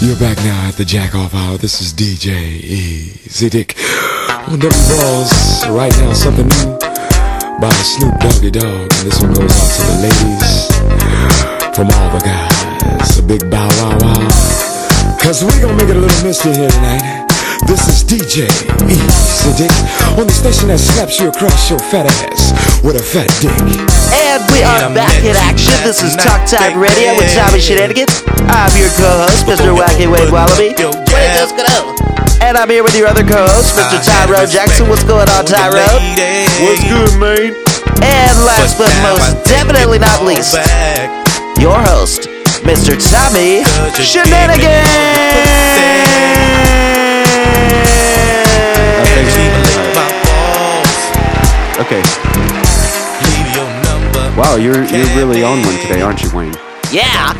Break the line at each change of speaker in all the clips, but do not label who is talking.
You're back now at the Jack Off Hour. This is DJ Easy Dick. On them balls, right now, something new by Snoop Doggy Dogg. And this one goes out to the ladies from all the guys. A big bow wow wow. Cause we gonna make it a little mystery here tonight. This is DJ Easy Dick on the station that slaps you across your fat ass with a fat dick.
And we are back in action. This is Talk Time Radio with Tommy Shenanigans. I'm your co-host, Mr. Wacky Wade Wallaby. Wait, let's go. And I'm here with your other co-host, Mr. Tyrone Jackson. What's going on, Tyrone?
What's good, man?
And last but most definitely not least, your host, Mr. Tommy Shenanigans.
Okay. Wow, you're you're really on one today, aren't you, Wayne?
Yeah.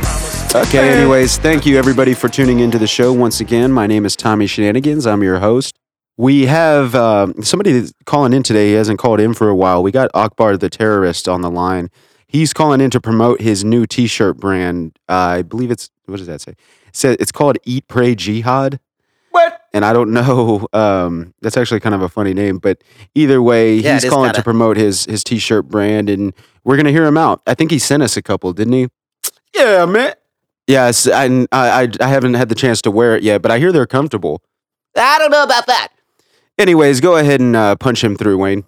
Okay, anyways, thank you everybody for tuning into the show once again. My name is Tommy Shenanigans. I'm your host. We have uh, somebody that's calling in today. He hasn't called in for a while. We got Akbar the terrorist on the line. He's calling in to promote his new T-shirt brand. Uh, I believe it's what does that say? It says it's called Eat Pray Jihad.
What?
And I don't know. Um, that's actually kind of a funny name, but either way,
Yeah, it
he's
is
calling
kinda.
to promote his his T-shirt brand, and we're gonna hear him out. I think he sent us a couple, didn't he?
Yeah, man.
Yes, and I, I I haven't had the chance to wear it yet, but I hear they're comfortable.
I don't know about that.
Anyways, go ahead and uh, punch him through, Wayne.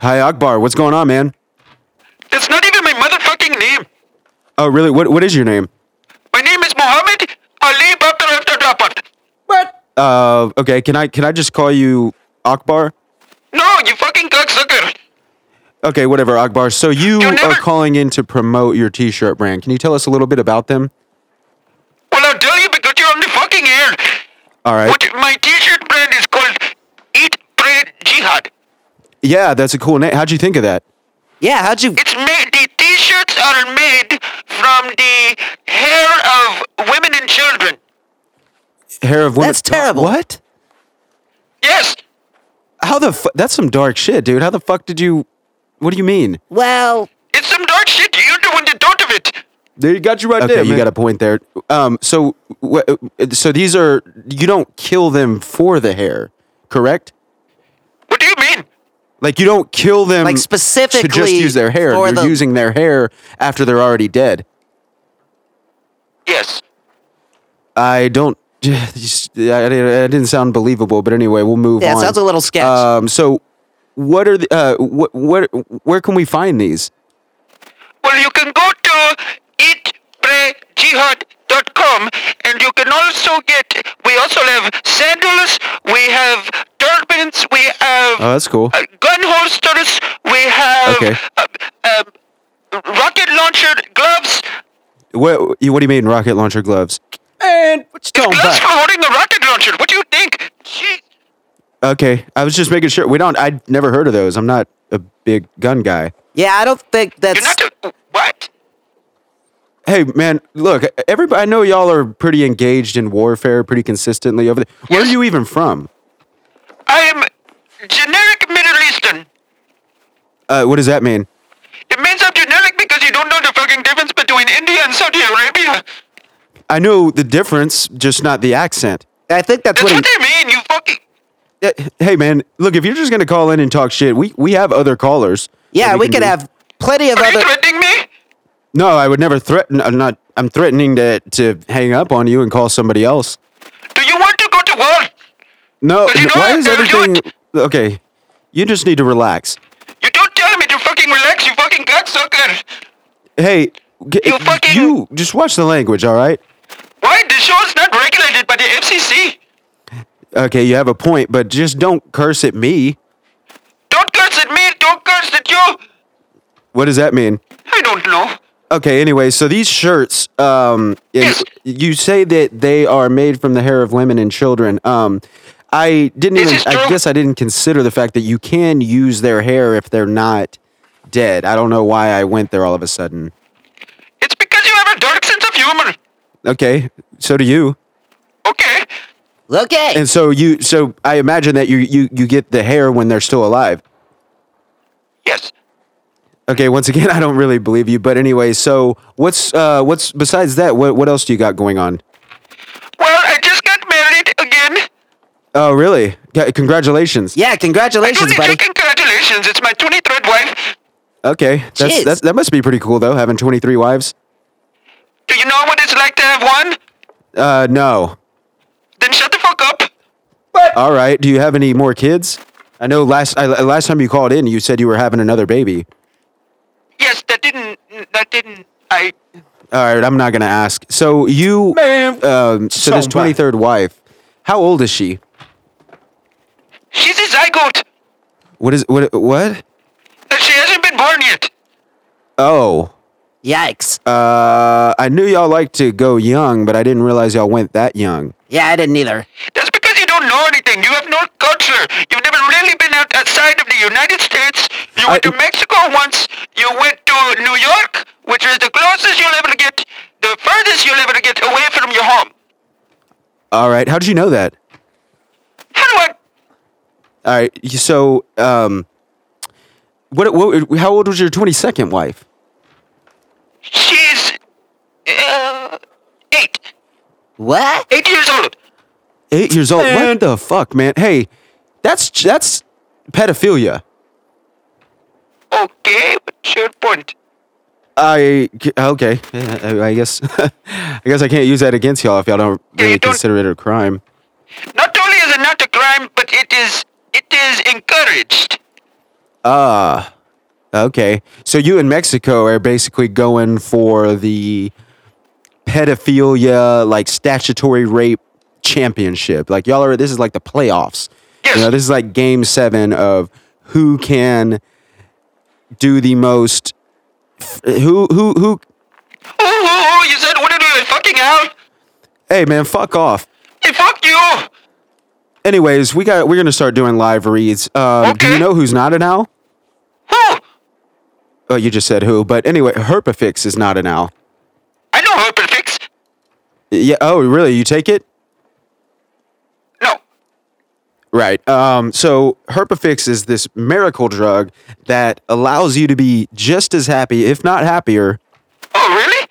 Hi, Akbar. What's going on, man?
That's not even my motherfucking name.
Oh, really? What What is your name?
My name is Mohammed Ali Bakr Abdurrapat.
What?
Uh, okay. Can I Can I just call you Akbar?
No, you fucking cocksucker.
Okay, whatever, Akbar. So you
You never-
are calling in to promote your T-shirt brand. Can you tell us a little bit about them?
Well, I'll tell you because you're on the fucking air.
All right.
What, my t-shirt brand is called Eat, Pray, Jihad.
Yeah, that's a cool name. How'd you think of that?
Yeah, how'd you?
It's made, the t-shirts are made from the hair of women and children.
Hair of women.
That's terrible.
What?
Yes,
How the? Fu- that's some dark shit, dude. How the fuck did you? What do you mean?
Well,
it's some dark shit. You're the one that thought of it.
There you got you right
Okay,
there,
you
man.
got a point there. Um, so, wh- so these are you don't kill them for the hair, correct?
What do you mean?
Like you don't kill them
Like
to just
specifically
use their hair.
for
You're
the-
using their hair after they're already dead.
Yes.
I don't. I didn't sound believable, but anyway, we'll move
Yeah, it
on.
sounds a little sketch.
Um, so, what are the, uh, what what where can we find these?
Well, you can go to eatprayjihad.com and you can also get, we also have sandals, we have turbans, we have
Oh, that's cool.
uh, gun holsters, we have
Okay.
uh, uh, rocket launcher gloves,
What you- what do you mean rocket launcher gloves?
And what you
Oh,
talking
gloves
about?
for holding a rocket launcher. What do you think? Jeez.
Okay, I was just making sure we don't. I'd never heard of those. I'm not a big gun guy.
yeah, I don't think that's.
You're not a, what?
Hey man, look, everybody. I know y'all are pretty engaged in warfare, pretty consistently over there. Where are you even from?
I am generic Middle Eastern.
Uh, what does that mean?
It means I'm generic because you don't know the fucking difference between India and Saudi Arabia.
I know the difference, just not the accent.
I think that's
That's
what he.
what I mean, you fucking...
Uh, Hey man, look, if you're just gonna call in and talk shit, we we have other callers.
Yeah,
that
we,
can
could
do.
have plenty of
Are you
other.
threatening me?
No, I would never threaten. I'm not. I'm threatening to to hang up on you and call somebody else.
Do you want to go to war?
No,
But you know
why
what?
is
They're
everything
not-
okay? You just need to relax.
You don't tell me to fucking relax, you fucking cocksucker.
Hey, g-
You fucking-
you just watch the language, all right?
Why? The show is not regulated by the FCC.
Okay, you have a point, but just don't curse at me.
Don't curse at me, don't curse at you.
What does that mean?
I don't know.
Okay, anyway, so these shirts, um, and
Yes.
you say that they are made from the hair of women and children. Um, I didn't
This
even,
is
I
true.
guess I didn't consider the fact that you can use their hair if they're not dead. I don't know why I went there all of a sudden.
It's because you have a dark sense of humor.
Okay, so do you.
Okay.
Okay.
And so you, so I imagine that you, you, you get the hair when they're still alive.
Yes.
Okay, once again, I don't really believe you, but anyway, so what's, uh, what's, besides that, what, what else do you got going on? Oh, really? Yeah, congratulations.
Yeah, congratulations, buddy.
Congratulations, it's my 23rd wife.
Okay. That's,
Jeez.
that's, that must be pretty cool, though, having 23 wives.
Do you know what it's like to have one?
Uh, no.
Then shut the fuck up.
All right. Do you have any more kids? I know last I, last time you called in, you said you were having another baby.
Yes, that didn't. That didn't. I.
All right. I'm not gonna ask. So you,
Man,
um, so this
somebody.
23rd wife, how old is she?
She's a zygote.
What is what? What?
And she hasn't been born yet.
Oh.
Yikes.
Uh, I knew y'all like to go young, but I didn't realize y'all went that young.
Yeah, I didn't either.
That's because you don't know anything. You have no culture. You've never really been out outside of the United States. You went
I-
to Mexico once. You went to New York, which is the closest you'll ever get, the furthest you'll ever get away from your home.
All right. How did you know that?
How do I?
All right. y- So, um, what? What? How old was your 22nd wife?
She's uh, eight.
What?
Eight years old.
Eight years old.
Man.
What the fuck, man? Hey, that's that's pedophilia.
Okay, what's your point?
I okay. Yeah, I I guess I guess I can't use that against y'all if y'all don't
Yeah, you
really
don't-
consider it a crime.
Not only is it not a crime, but it is it is encouraged.
Ah, okay. So you in Mexico are basically going for the pedophilia, like statutory rape championship. Like y'all are. This is like the playoffs.
Yes.
You know, this is like game seven of who can do the most. Who who who?
Ooh, ooh, ooh, you said what are you fucking out?
Hey man, fuck off.
Hey, fuck you.
Anyways, we got we're gonna start doing live reads. Um, Do you
Okay.
know who's not an owl?
Who?
Oh, you just said who, but anyway, Herpafix is not an owl.
I know her prefix.
Yeah. Oh, really? You take it?
No.
Right. Um, so Herpafix is this miracle drug that allows you to be just as happy, if not happier.
Oh, really?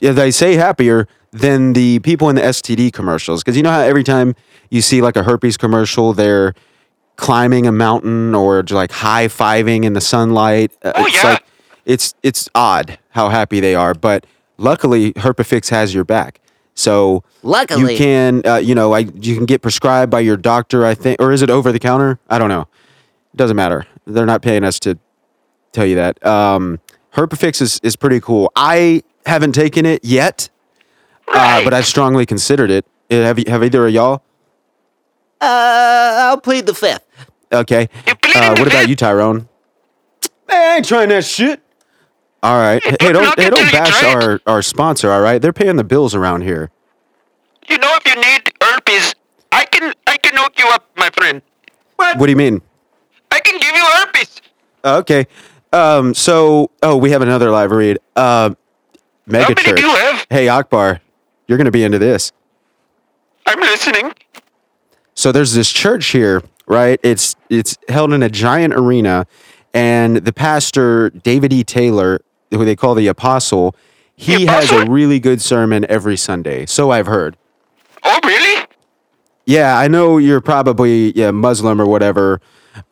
yeah, They say happier than the people in the STD commercials because you know how every time you see like a herpes commercial, they're climbing a mountain or j- like high fiving in the sunlight. Uh,
Oh,
it's
yeah.
like it's it's odd how happy they are, but luckily Herpafix has your back. So
Luckily.
you can uh, you know I, you can get prescribed by your doctor, I think, or is it over the counter? I don't know. Doesn't matter. They're not paying us to tell you that. Um, Herpafix is is pretty cool. I haven't taken it yet, uh,
Right.
but I've strongly considered it. Uh, Have you, have either of y'all?
Uh, I'll plead the fifth.
Okay.
You plead
Uh,
in the
what about
fifth.
you, Tyrone?
I ain't trying that shit.
All right. Hey,
don't
don't,
knock
hey,
it till
don't
you
bash
try it.
our, our sponsor, all right? They're paying the bills around here.
You know if you need herpes, I can I can hook you up, my friend.
What do you mean?
I can give you herpes.
Okay. Um, so, oh, we have another live read. Uh,
How many do you
Megachurch.
have?
Hey, Akbar, you're going to be into this.
I'm listening.
So there's this church here, right? It's it's held in a giant arena, and the pastor David E. Taylor, who they call the Apostle, he has a really good sermon every Sunday. So I've heard.
Oh, really?
Yeah, I know you're probably yeah, Muslim or whatever,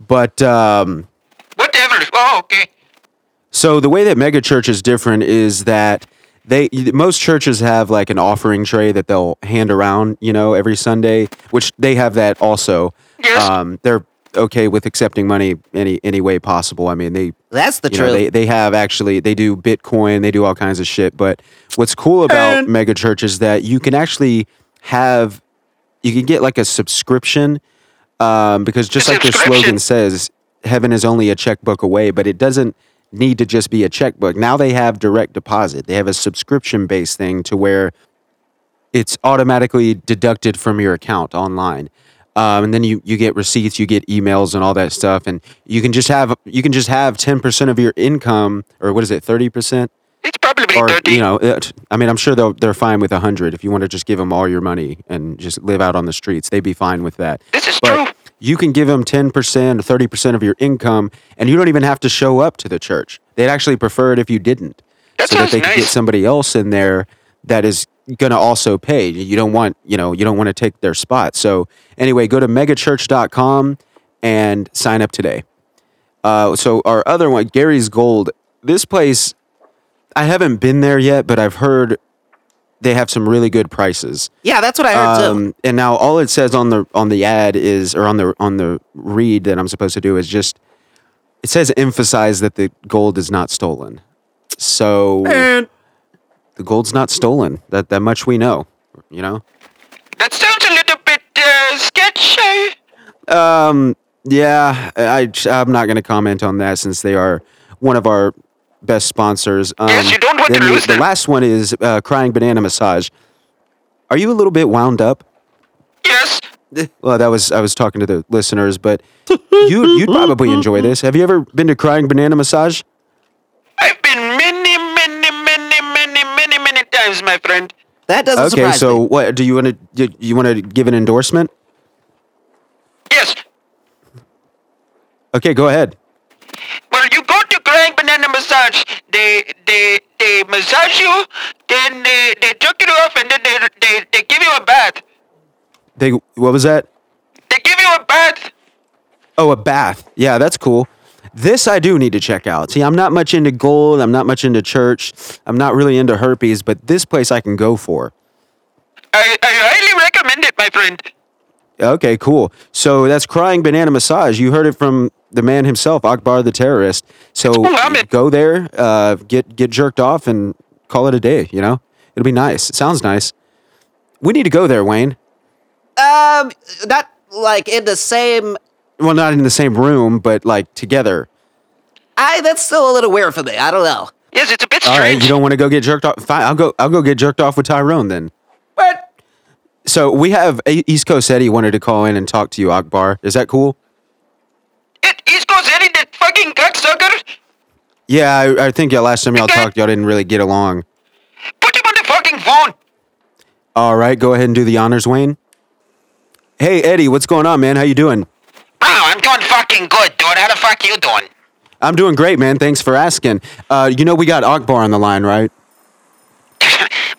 but um,
Whatever. Oh, okay.
So the way that mega church is different is that they most churches have like an offering tray that they'll hand around, you know, every Sunday, which they have that also.
Yes.
Um, they're okay with accepting money any any way possible. I mean, they
That's the
you
truth.
know, they they have actually they do Bitcoin, they do all kinds of shit. But what's cool about
And-
mega church is that you can actually have you can get like a subscription um, because just
A
like their
subscription.
slogan says, heaven is only a checkbook away, but it doesn't need to just be a checkbook. Now they have direct deposit. They have a subscription based thing to where it's automatically deducted from your account online. Um, and then you, you get receipts, you get emails and all that stuff. And you can just have, you can just have 10% of your income or what is it? 30%
It's probably
or,
dirty.
you know, it, I mean, I'm sure they'll, they're fine with a hundred. If you want to just give them all your money and just live out on the streets, they'd be fine with that.
This is
But
true.
You can give them 10% or 30% of your income and you don't even have to show up to the church. They'd actually prefer it if you didn't
That
so that
sounds
they could get
nice.
somebody else in there that is
going to also pay. You don't want, you know, you don't want to take their spot. So anyway, go to megachurch.com and sign up today. Uh, so our other one, Gary's Gold. This place, I haven't been there yet, but I've heard they have some really good prices.
Yeah, that's what I heard too.
Um, and now all it says on the on the ad is, or on the on the read that I'm supposed to do is just, it says emphasize that the gold is not stolen. So the gold's not stolen. That that much we know. You know.
That sounds a little bit uh, sketchy.
Um. Yeah. I I'm not going to comment on that since they are one of our best sponsors. Um,
Yes, you don't want
then
to
the,
lose
the
them.
last one is uh, crying banana massage. Are you a little bit wound up?
Yes.
Well, that was I was talking to the listeners, but you you'd probably enjoy this. Have you ever been to crying banana massage?
I've been many, many, many, many, many, many times, my friend.
That doesn't
Okay,
surprise
so
me.
what do you want to do? You want to give an endorsement?
Yes.
Okay, go ahead.
Well, you go to Grand Banana Massage. They they they massage you, then they they jerk it off, and then they they, they give you a bath.
They what was that?
They give you a bath.
Oh, a bath. Yeah, that's cool. This I do need to check out. See, I'm not much into gold. I'm not much into church. I'm not really into herpes, but this place I can go for.
I, I highly recommend it, my friend.
Okay, cool. So that's crying banana massage. You heard it from the man himself, Akbar the terrorist. So
Muhammad.
go there, uh, get get jerked off, and call it a day. You know, it'll be nice. It sounds nice. We need to go there, Wayne.
Um, not like in the same.
Well, not in the same room, but like together.
I that's still a little weird for me. I don't know.
Yes, it's a bit
All right,
strange.
you don't want to go get jerked off. Fine, I'll go. I'll go get jerked off with Tyrone then.
But
So we have E- East Coast Eddie wanted to call in and talk to you, Akbar. Is that cool?
it, East Coast Eddie, that fucking cocksucker.
Yeah, I, I think yeah, last time y'all
Okay.
talked, y'all didn't really get along.
Put him on the fucking phone.
All right, go ahead and do the honors, Wayne. Hey, Eddie, what's going on, man? How you doing?
Wow, I'm doing fucking good, dude. How the fuck you doing?
I'm doing great, man. Thanks for asking. Uh, you know we got Akbar on the line, right?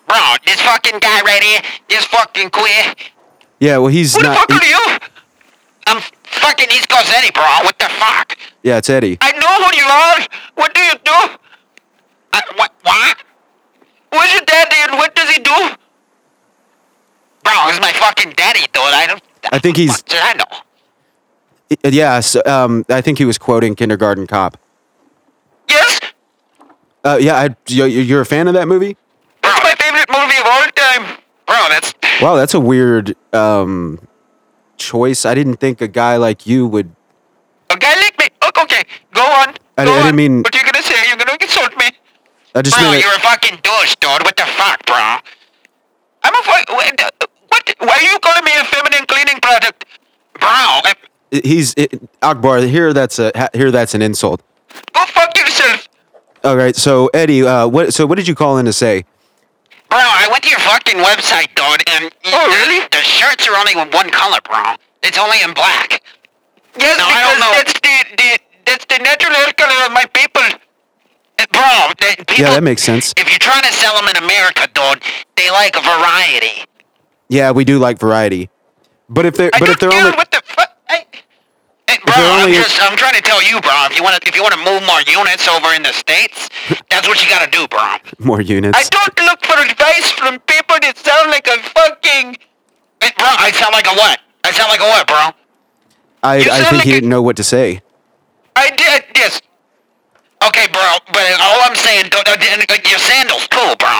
Bro, this fucking guy right here, this fucking queer.
Yeah. Well, he's
Who the
not.
fuck are you? I'm fucking East Coast Eddie, bro. What the fuck?
yeah, it's Eddie.
I know who you are. What do you do? I, what? What? Who's your daddy and what does he do? Bro, he's my fucking daddy, dude. I don't.
I think Uh, he's-
What did I know?
I- yeah. So, um, I think he was quoting Kindergarten Cop.
Yes,
Uh, yeah. I, you, you're a fan of that movie?
bro. My favorite movie of all time. Bro, that's.
Wow, that's a weird um, choice. I didn't think a guy like you would.
A guy like me. Oh, okay, go on.
I-
go
I didn't
on.
mean-
What you gonna say? You're gonna insult me.
I just
Bro,
meant it-
you're a fucking douche, dude. What the fuck, bro? I'm a fuck. What? what- Why are you calling me a feminine cleaning product, bro? I-
he's it, Akbar. Here, that's a ha- here, that's an insult.
Go fuck yourself,
All right. So Eddie, uh, what? So what did you call in to say?
bro. I went to your fucking website, dude, and oh really? The shirts are only one color, bro. It's only in black. Yes,
No, I
because
don't know.
that's the, the that's the natural hair color of my people, Uh, bro. The people
Yeah, that makes sense.
If you're trying to sell them in America, dude, they like variety.
Yeah, we do like variety. But if they're
I
but if
don't
they're
care
only
what the fuck. I- Hey, bro,
they're
I'm
only-
just I'm trying to tell you, bro. If you want to if you want to move more units over in the states, that's what you gotta do, bro.
more
I
units,
don't look for advice from people that sound like a fucking. Hey, bro, I sound like a what? I sound like a what, bro?
I,
you
I
sound
think
like
he
a-
didn't know what to say.
I did this. Okay, bro, but all I'm saying, don't, uh, and, uh, your sandals too, bro.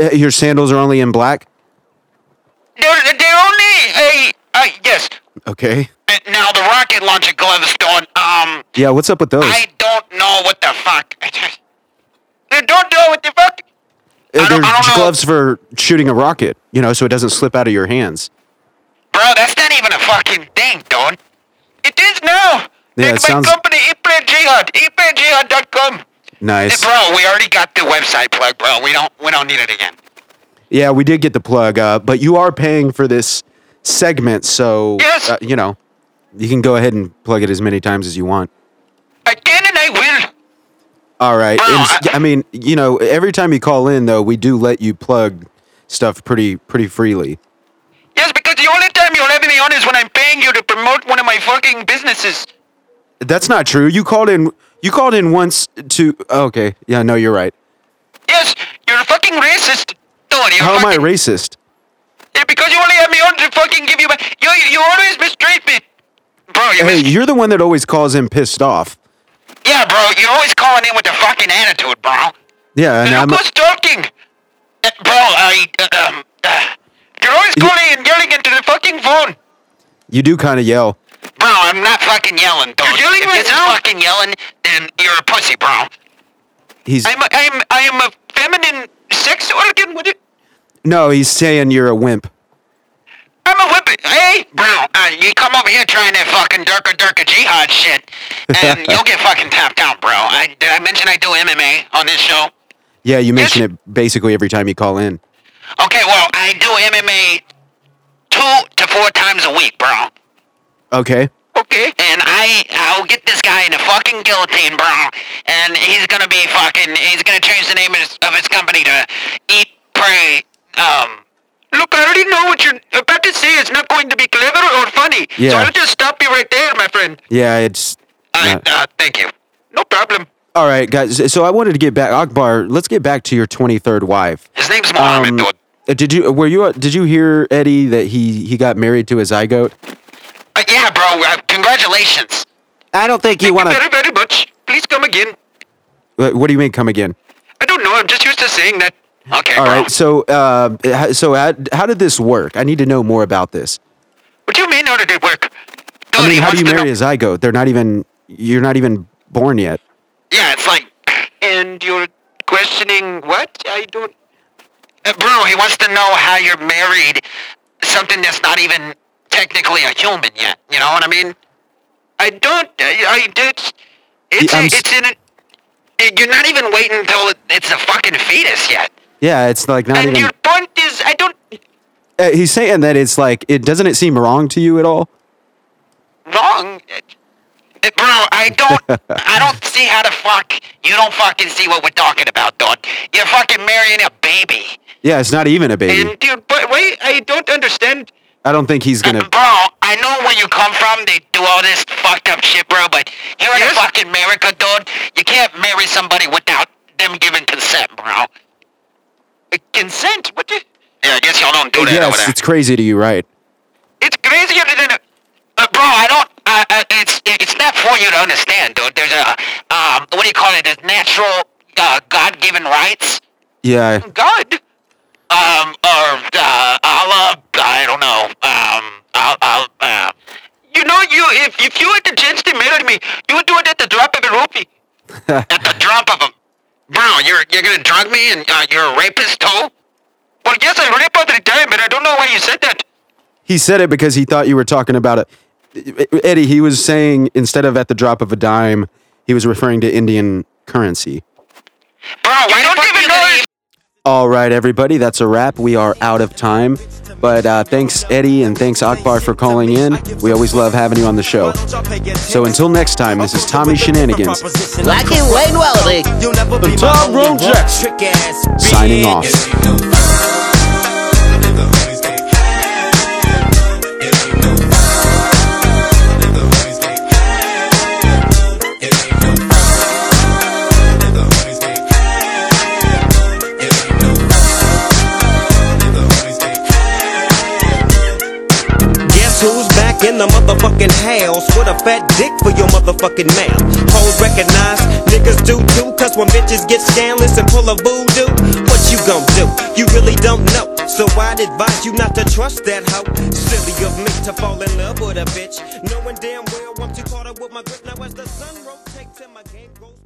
Uh, Your sandals are only in black.
They're, they're only a. Uh, yes.
Okay.
Uh, Now the rocket launcher gloves don't. Um.
Yeah. What's up with those?
I don't know what the fuck. I don't know what the fuck.
Uh,
I don't-
they're
I don't know.
gloves for shooting a rocket. You know, so it doesn't slip out of your hands.
Bro, that's not even a fucking thing, dude. It is now.
Yeah, it
Like
sounds-
My company, Iplan Jihad, IplanJihad.com.
Nice.
Bro, we already got the website plug, bro. We don't, we don't need it again.
Yeah, we did get the plug, uh, but you are paying for this segment, so
Yes.
uh, you know you can go ahead and plug it as many times as you want.
I can and I will.
All right.
Wow,
It's-
I-
I mean, you know, every time you call in, though, we do let you plug stuff pretty pretty freely.
Yes, because the only time you'll ever be on is when I'm paying you to promote one of my fucking businesses.
That's not true. You called in. You called in once to. Okay. Yeah. No, you're right.
Yes, you're a fucking racist. Thor, you're
How am I
fucking,
racist?
Yeah, because you only have me on to fucking give you my. You, you always mistreat me. Bro, you
Hey,
mis-
you're the one that always calls in pissed off.
Yeah, bro, you're always calling in with the fucking attitude, bro.
Yeah, and I'm.
Look who's talking. Uh, bro, I. Uh, um, uh, you're always calling and yelling into the fucking phone.
You do kind of yell.
Bro, Oh, I'm not fucking yelling, though. You're yelling if this is fucking yelling, then you're a pussy, bro.
He's
I'm a, I'm I am a feminine sex organ. What? it-
no. He's saying you're a wimp.
I'm a whippet. Hey, bro, uh, you come over here trying that fucking Durka Durka jihad shit, and you'll get fucking tapped out, bro. I, did I mention I do MMA on this show?
Yeah, you mention it basically every time you call in.
Okay, well, I do MMA two to four times a week, bro.
Okay.
Okay. And I, I'll get this guy in a fucking guillotine, bro. And he's gonna be fucking. He's gonna change the name of his, of his company to Eat Pray. Um. Look, I already know what you're about to say. It's not going to be clever or funny. So
Yeah.
I'll just stop you right there, my friend.
Yeah, it's.
I,
not-
uh, thank you. No problem.
All right, guys. So I wanted to get back, Akbar. Let's get back to your 23rd wife.
His name's Mohammed,
Um,
dude.
did you were you uh, did you hear Eddie that he he got married to a zygote?
Uh, yeah, bro. Uh, congratulations.
I don't think you
uh,
want
Thank
to.
you very, very much. Please come again.
What Uh, what do you mean? Come again?
I don't know. I'm just used to saying that. Okay,
All
bro.
right. So uh, h- so how, how did this work? I need to know more about this.
What do you mean, how did it work?
I
Dude, he
mean, how do
wants
you
to know-
marry a zygote? They're not even you're not even born yet.
Yeah, it's like. And you're questioning what? I don't. Uh, bro, he wants to know how you're married. Something that's not even technically a human yet. You know what I mean? I don't. I. I it's. It's.
Yeah,
a,
I'm s-
it's in. A, it- you're not even waiting until it, it's a fucking fetus yet.
Yeah, it's like not
And
even.
your point is, I don't.
Uh, he's saying that it's like it doesn't it seem wrong to you at all?
wrong. Uh, Bro, I don't, I don't see how the fuck you don't fucking see what we're talking about, dog. You're fucking marrying a baby,
Yeah, it's not even a baby.
and dude, but wait, I don't understand,
I don't think he's gonna.
bro. I know where you come from. They do all this fucked up shit, bro. But here in fucking America, dude, you can't marry somebody without them giving consent, bro. Uh, Consent? What? The? Yeah, I guess y'all don't do that over
Yes,
there.
it's crazy to you, right?
It's crazier than a. Uh, bro, I don't. Uh, uh, it's it's not for you to understand, dude. There's a um, what do you call it? There's natural uh, God-given rights.
Yeah.
God, um, or uh, Allah. I don't know. Um, I'll, I'll, uh, you know, you if if you had the chance to marry me, you would do it at the drop of a rupee. at the drop of a. Bro, you're you're gonna drug me and uh, you're a rapist, too. Well, yes, I rape all the time, but I don't know why you said that.
He said it because he thought you were talking about it. Eddie, he was saying instead of at the drop of a dime, he was referring to Indian currency.
Bro, why don't even know if
All right, everybody, that's a wrap. We are out of time. But uh, thanks, Eddie, and thanks, Akbar, for calling in. We always love having you on the show. So until next time, this is Tommy Shenanigans
Like it, Wayne Welding.
You'll never be
Tom
my only
Rowe
one.
Jackson.
Trick ass bitch.
signing off.
Guess who's back in the motherfucking house with a fat dick for your motherfucking mouth? Hoes recognize, niggas do too, cause when bitches get scandalous and pull a voodoo, what you gon' do? You really don't know, so I'd advise you not to trust that hoe. Silly of me to fall in love with a bitch, knowing damn well I'm too caught up with my grip. Now as the sun rotates and my game goes.